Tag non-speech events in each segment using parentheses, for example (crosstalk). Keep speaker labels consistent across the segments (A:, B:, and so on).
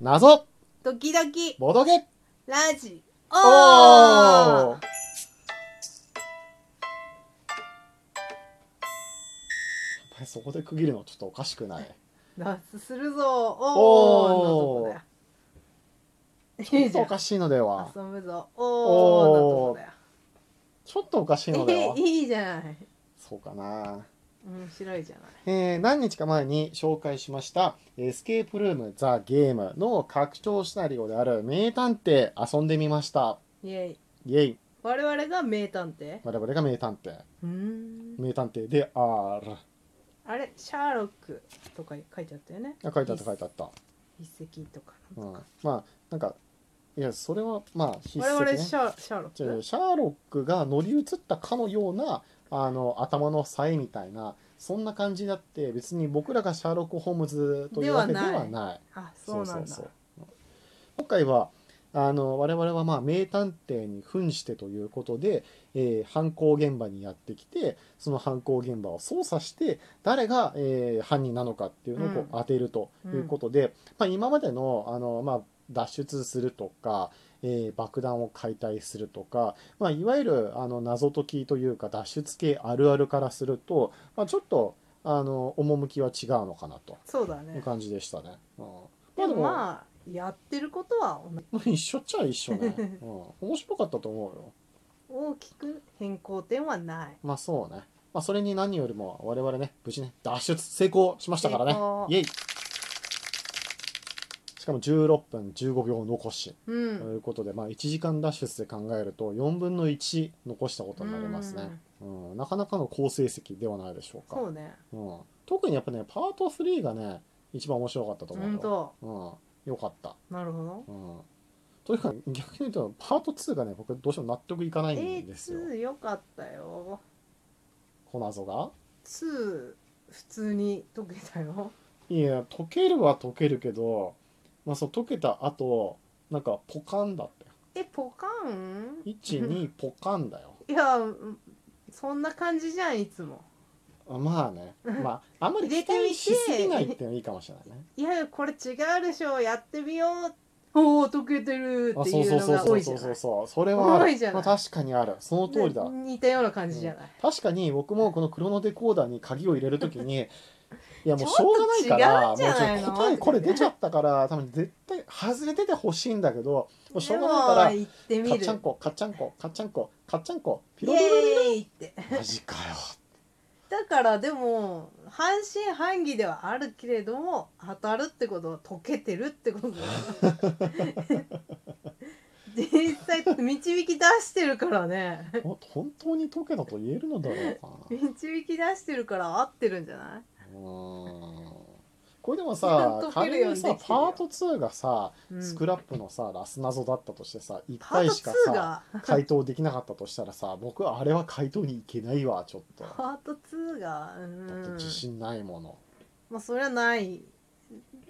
A: 謎
B: ドキドキ
A: ボドゲ
B: ラジオ
A: おーそこで区切るのちょっとおかしくない
B: 脱出するぞお
A: おー
B: ーなとこだよい
A: ちょ
B: い
A: っ
B: じ
A: と
B: ゃ
A: お
B: ん
A: かしいのでは
B: 遊ぶぞおー
A: おー
B: なと
A: ちょっとおかしいの
B: こだ
A: で
B: よ
A: は
B: (laughs) いいじゃない
A: そうかな
B: 面白いじゃない
A: えー何日か前に紹介しました「エスケープルーム・ザ・ゲーム」の拡張シナリオである「名探偵」遊んでみました
B: イエイ
A: イェイ
B: 我々が名探偵
A: 我々が名探偵
B: うーん
A: 名探偵である
B: あれシャーロックとか書いてあったよね
A: あ書いてあった書いてあった、
B: 筆跡とか
A: う
B: なん
A: ん
B: とか、
A: まあなんかいやそれはまあ必
B: 我
A: 須
B: 々
A: ね
B: シャーシャーロ
A: じゃ
B: ッ
A: あ
B: ク
A: シャーロックが乗り移ったかのようなあの頭のさえみたいなそんな感じだって別に僕らがシャーロック・ホームズというわけではない
B: ではあそうなんだ
A: 今回はあの我々はまあ名探偵に扮してということで、えー犯行現場にやってきてその犯行現場を捜査して誰が、えー犯人なのかっていうのをこう
B: うん
A: 当てるということで、まあ、今までのあの、まあ、脱出するとか、えー爆弾を解体するとか、まあ、いわゆるあの謎解きというか脱出系あるあるからすると、まあ、ちょっとあの趣は違うのかなと
B: そうだ
A: いう
B: ね
A: 感じでしたね。うん
B: でもまあやってることは同じ
A: まあ一緒っちゃ一緒 (laughs) ね、うん、面白かったと思うよ
B: 大きく変更点はない
A: まあそうねまあそれに何よりも我々ね無事ね脱出成功しましたからね
B: 成功
A: イエイしかも16分15秒残し
B: う
A: とい
B: ん
A: うことで、まあ1時間脱出で考えると4分の1残したことになりますね、うんなかなかの好成績ではないでしょうか
B: そうね
A: うん、特にやっぱねパート3がね一番面白かったと思う
B: 本
A: よ、
B: 当
A: うん、よかった
B: なるほど
A: うんというか逆に言うとパート2がね僕どうしても納得いかないんですよ、
B: A2 良かったよ
A: この謎が
B: 2普通に解けたよ
A: いや解けるは解けるけど、まあ、そう解けた後なんかポカンだったよ
B: えポカン
A: 12ポカンだ
B: (laughs)
A: よ
B: いやうんそんな感じじゃんいつも
A: まあねまああんまり
B: 入
A: 期
B: れてみて
A: 待しすぎないっていうのはいいかもしれないね
B: いやこれ違うでしょやってみようおお解けてる
A: あ
B: (laughs) って
A: そ
B: いうう
A: そうそう
B: のが
A: そ
B: 多
A: う
B: いじ
A: そ
B: ゃ
A: うそ
B: ないう
A: そうそれはあ
B: 多
A: る
B: いじゃない
A: まあ、確かにあるその通りだ
B: で似たような感じじゃない、
A: 確かに僕もこのクロノデコーダーに鍵を入れるとき
B: (laughs)
A: にいやもう
B: ち
A: しょ
B: ょ
A: うがないか
B: っと
A: ら
B: 違うんじゃないの
A: もうちょっと答えこれ出ちゃったから多分絶対外れててほしいんだけどもうしょうが
B: で
A: な
B: も行って
A: いから
B: み
A: カッ
B: る
A: チャンコカッチャンコカッチャンコカッチャンコピ
B: イ
A: ロピロ
B: エーイって
A: マジかよ
B: だからでも半信半疑ではあるけれども当たるってことは解けてるってことだよ
A: (laughs)
B: 実際導き出してるからね
A: もっと本当に解けたと言えるのだろうか
B: (laughs)
A: な
B: 導き出してるから合ってるんじゃないう
A: ーんこれでもさ
B: 解ける
A: 仮
B: よう
A: に
B: にできてる
A: さ
B: よ
A: パート2がさ、
B: うん
A: スクラップのさラス謎だったとしてさ1
B: パー
A: 回
B: ト
A: しか
B: 2
A: さ
B: が
A: 回答できなかったとしたらさ (laughs) 僕はあれは回答に行けないわちょっと。
B: パート2が (laughs) う
A: だって
B: ん
A: 自信ないもの、
B: まあそれはない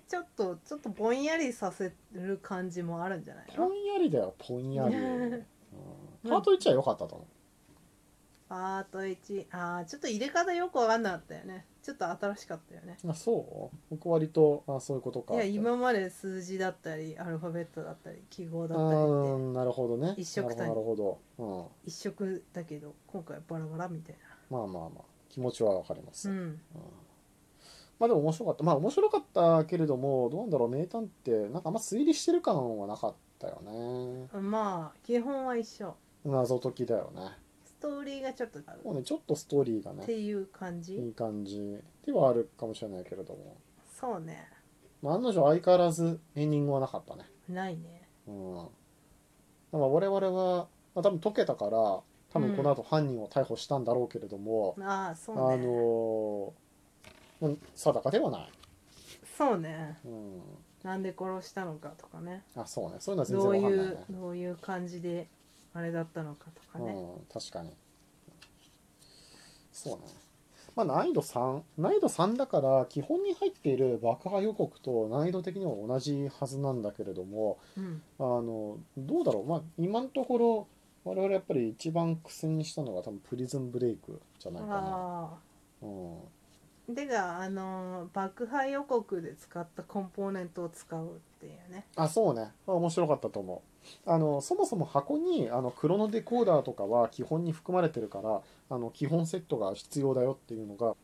B: ちょっとちょっとぼんやりさせる感じもあるんじゃない
A: ぽ
B: の
A: んやりだよぽんやり、うん
B: ね、
A: パート1は良かったと思
B: パート1あーちょっと入れ方よく分かんなかったよねちょっと新しかったよね
A: う、あそう僕割とあそういうことか
B: いや
A: って
B: 今まで数字だったりアルファベットだったり記号
A: う
B: だったり
A: ー
B: って
A: んなるほどね
B: 一緒くた
A: な
B: に
A: るほどなるほ
B: 一色だけど今回はバラバラみたい
A: ど、うん、まあまあまあ気持ちはわかります、
B: なうん
A: まあでも面白かったまあ面白かったけれどもどうなんだろう名探偵なんかあんま推理してる感はなかったよね
B: まあ基本は一緒
A: 謎解きだよね
B: ストーリーがちょっと違
A: も
B: う
A: うねちょっとストーリーが
B: って
A: ね
B: いう感じ、
A: いい感じではあるかもしれないけれども、
B: そうね
A: まあ、案の定相変わらずエンディングはなかったね
B: ないね
A: うん、だから我々は、まあ、多分解けたから多分この後犯人を逮捕したんだろうけれども、
B: ああそう
A: あ
B: ね
A: のーうん定かではない、
B: そうね
A: うん、
B: なんで殺したのかとかね
A: あそうねそういうのは全
B: どう
A: 然わかん
B: い
A: ないうね
B: どういう感じであれだったのかとかね、
A: うん、確かにそうねまあ難易度3難易度3だから基本に入っている爆破予告と難易度的には同じはずなんだけれども
B: うん、
A: あのどうだろう、まあ、今のところ我々やっぱり一番苦戦したのが多分プリズンブレイクじゃないかな、
B: ああ
A: うん、
B: でがあのー爆破予告で使ったコンポーネントを使うっていうね
A: あそうねあ面白かったと思うあのそもそも箱にあのクロノデコーダーとかは基本に含まれてるからあの基本セットが必要だよっていうのが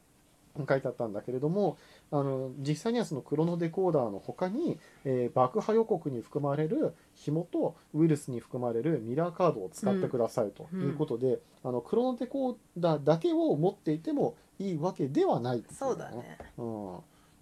A: 書いてあったんだけれどもあの実際にはそのクロノデコーダーの他に、えー爆破予告に含まれる紐とウイルスに含まれるミラーカードを使ってくださいということで、あのクロノデコーダーだけを持っていてもいいわけではないってい
B: そうだね
A: う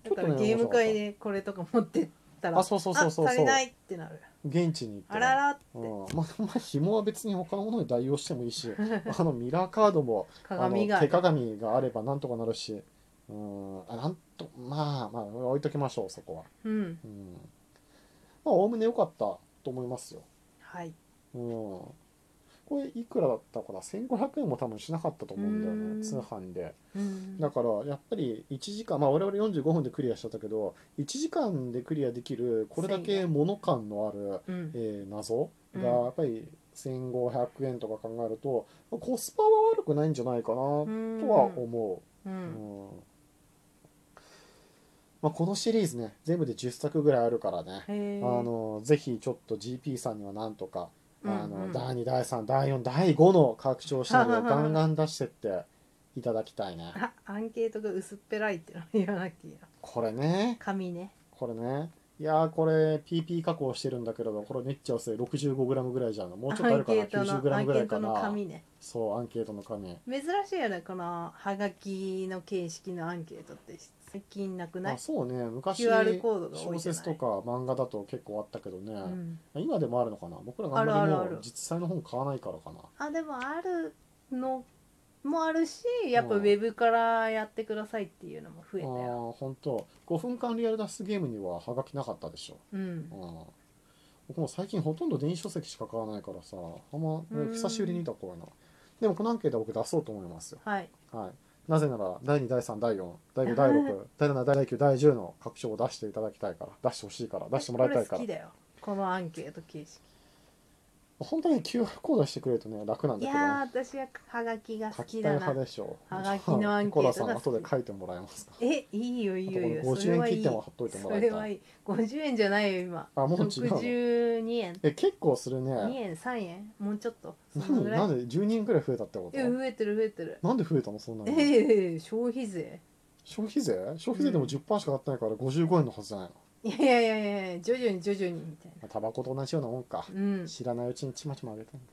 A: ん、
B: だからゲーム会でこれとか持ってったら
A: あそうそうそうそうそう
B: あ足りないってなる
A: 現地に行って
B: あ
A: ね
B: ららって
A: うん、まあ、まあ紐は別に他のものに代用してもいい
B: (laughs)
A: しあのミラーカードもあの
B: 鏡があ
A: 手
B: る
A: 鏡があればなんとかなるしうんあなんとまあまあ置いときましょうそこは
B: うん
A: うんまあおおむね良かったと思いますよ
B: はい
A: うんこれいくらだったかな1500円も多分しなかったと思うんだよ
B: う
A: ね
B: ん
A: 通販で
B: うん
A: だからやっぱり1時間まあ我々45分でクリアしちゃったけど1時間でクリアできるこれだけ物感のある
B: うん
A: えー謎
B: うん
A: がやっぱり1500円とか考えるとコスパは悪くないんじゃないかなとは思
B: う
A: う、うんんまあ、このシリーズね全部で10作ぐらいあるからねあ
B: へえ
A: のぜひちょっと GP さんにはなんとかあ
B: うんう
A: の
B: ん
A: 第2第3第4第5の拡張シナリオをガンガン出してっていただきたいね
B: あアンケートが薄っぺらいってのは言わなきゃ
A: これね
B: 紙ね
A: これねいやーこれ PP 加工してるんだけれどこれめっちゃ薄い 65g ぐらいじゃんもうちょっとあるかな
B: アンケートの
A: 90g ぐらいか
B: アンケートの
A: な
B: 紙ね
A: そうアンケートの紙
B: 珍しいよねこのはがきの形式のアンケートって最近なくな
A: あ
B: い、
A: そうね昔
B: QR コードが多いじゃな
A: 小
B: い
A: 説とか漫画だと結構あったけどね、
B: うん、
A: 今でもあるのかな僕らがあん
B: あ
A: まり
B: る
A: も
B: あるあ
A: う
B: る
A: 実際の本買わないからかな
B: あでもあるのもあるしやっぱ
A: う
B: ウ
A: ん
B: ェブからやってくださいっていうのも増え
A: あ
B: たよ、
A: あ本当5分間リアル脱出ゲームにはハガキなかったでしょ、
B: うん
A: う、ん、僕も最近ほとんど電子書籍しか買わないからさあんま、
B: うん
A: 久しぶりに見たこういうのでもこのアンケートは僕出そうと思いますよ
B: はい
A: はいなぜなら第2第3第4第5第6第7第9第10の拡張を出していただきたいから出してほしいから出してもらいたいから
B: これ好きだよこのアンケート形式
A: 本当に QR コードしてくれるとね楽なん
B: い
A: だけどね
B: やー私ははがきが
A: 書
B: 好
A: き
B: き
A: たい
B: だ
A: 派
B: な
A: でしょう。
B: はがきのアンケート
A: コ
B: が
A: ラ
B: 好き
A: さん後で書いてもらえますか。
B: えいいよいいよい
A: あ
B: いよ
A: とこの
B: それ
A: 50円
B: は
A: 切
B: い
A: っ
B: い
A: ても貼っといても
B: そ
A: らいたい
B: れはいい50円じゃないよ今
A: あもう違うの
B: 62円
A: え結構する
B: 2
A: ね。
B: 円3円もうちょっとその
A: 何
B: ぐらい
A: なんで10人ぐらい増えたってこ
B: え
A: と？
B: 増えてる増えてる
A: なんで増えたのそんな
B: え
A: に。
B: え消費税
A: 消費税？消費税でも10%しか買ってないから55円のはずじゃないの。
B: いやいやいやいや徐々に徐々にみたい
A: まあタバコと同じようなもんか。
B: なうん
A: 知らないうちにちまちま上げたんだ。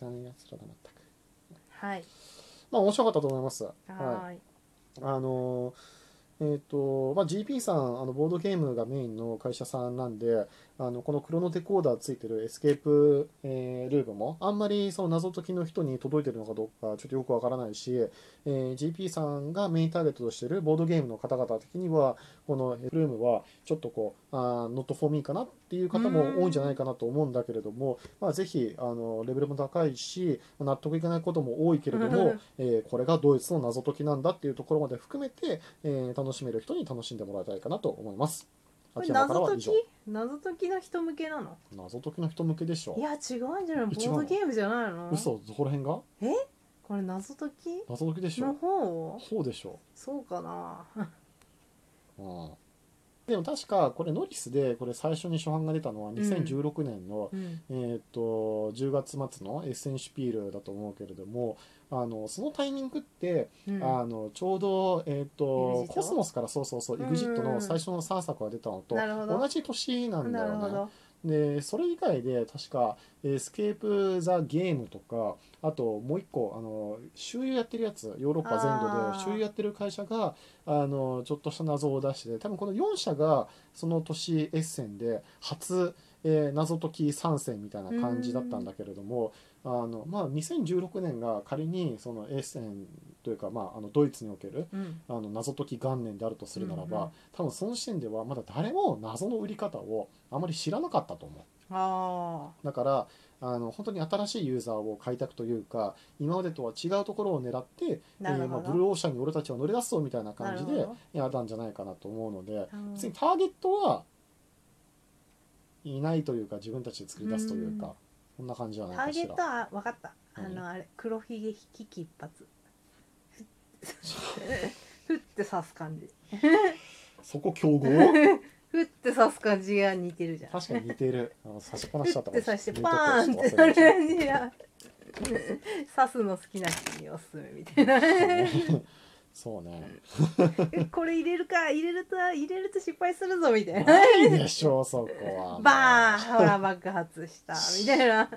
A: 汚いやつらだ全く。
B: はい
A: まあ面白かったと思います。
B: はーい
A: あのえーとまあ、GP さんあのボードゲームがメインの会社さんなんであのこのクロノデコーダーついてるエスケープ、えールームもあんまりその謎解きの人に届いてるのかどうかちょっとよくわからないし、えー GP さんがメインターゲットとしてるボードゲームの方々的にはこのルームはちょっとこうあノットフォーミーかなっていう方も多いんじゃないかなと思うんだけれども、まあ、ぜひあのレベルも高いし納得いかないことも多いけれどもえーこれがドイツの謎解きなんだっていうところまで含めて、えー楽しめる人に楽しんでもらいたいかなと思います。
B: これ
A: 秋山から
B: 謎
A: は
B: 解
A: 以
B: き
A: 上
B: 謎解きの人向けなの
A: 謎解きの人向けでしょ
B: いや違うんじゃないボ
A: 違う
B: ー
A: の
B: ドゲームじゃないの
A: 嘘どこら辺が
B: これ謎解き
A: 謎解きでし
B: の
A: ょ
B: 方
A: ほうでしょ
B: そうかな
A: うん、でも確かこれノリスでこれ最初に初版が出たのは
B: ん
A: 2016年の、
B: うん
A: えー、と10月末のエッセンシュピールだと思うけれどもあのそのタイミングって
B: うん
A: あのちょうど、えー、と
B: EXIT
A: コスモスからそうそうそう
B: うん
A: EXIT の最初の3作が出たのと
B: なるほど
A: 同じ年なんだ
B: なるほ
A: よね。
B: ど
A: でそれ以外で確か「エスケープ・ザ・ゲーム」とかあともう一個あの周遊やってるやつヨーロッパ全
B: あ
A: 土
B: ー
A: で周遊やってる会社があのちょっとした謎を出して多分この4社がその年エッセンで初、えー謎解き参戦みたいな感じだったんだけれどもあの、まあ、2016年が仮にそのエッセンというか、まあ、あのドイツにおける
B: うん
A: あの謎解き元年であるとするならば、
B: うんうん
A: 多分その時点ではまだ誰も謎の売り方をあまり知らなかったと思
B: あ
A: うだからあの本当に新しいユーザーを開拓というか今までとは違うところを狙って、
B: あな
A: え
B: る
A: ーまあ
B: ほ
A: ブルー
B: ど
A: オーシャンに俺たちは乗り出すぞみたいな感じ
B: な
A: で
B: るほ
A: やったんじゃないかなと思うので
B: あー
A: 別にターゲットはいないというか自分たちで作り出すというか、
B: うん
A: こんな感じじゃない
B: ター
A: か
B: ゲ
A: し
B: ット
A: ら。
B: は分かったあ
A: 何
B: のあれ黒ひげ危機一発 (laughs) ふって刺す感じ
A: そこ強豪
B: ふって刺す感じが似てるじゃん
A: 確かに似てるあの差しっぱなし
B: ふ
A: だっ
B: っ
A: た
B: て (laughs) 刺して
A: 言う
B: パ
A: とこ
B: ーン
A: ち
B: っ
A: ょ
B: て
A: と
B: な (laughs)
A: 忘れ
B: る
A: ちゃ
B: 感じが刺すの好きな人におすすめみたいな
A: ったねそうね
B: え (laughs) これ入れるか入れると入れると失敗するぞみたいな
A: ないでしょそこは
B: バーンほら爆発したみたいな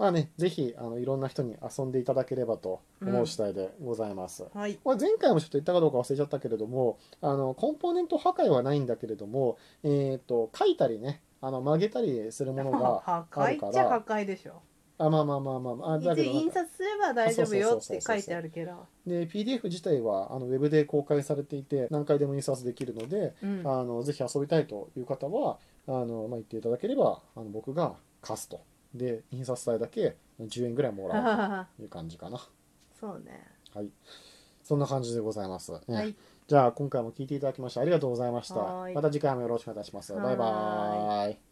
A: まあねぜひあのいろんな人に遊んでいただければと思う次第でございます、
B: はい
A: これ前回もちょっと言ったかどうか忘れちゃったけれどもあのコンポーネント破壊はないんだけれども、えー、と書いたりねあの曲げたりするものが
B: 破壊っちゃ破壊でしょ
A: あまあまあまあまあまああ
B: 一応
A: だけどなん
B: 印
A: か
B: 刷すれば大丈夫よって書いてあるけど
A: で PDF 自体はあのウェブで公開されていて何回でも印刷できるので、
B: うん
A: あのぜひ遊びたいという方はあの、まあ、言っていただければあの僕が貸すとで印刷代だけ10円ぐらいもらうという感じかな
B: (laughs) そうね
A: はいそんな感じでございます、ね
B: はい
A: じゃあ今回も聞いていただきましてありがとうございました
B: はーい
A: また次回もよろしくお願いいたしますバイバ
B: は
A: ーイ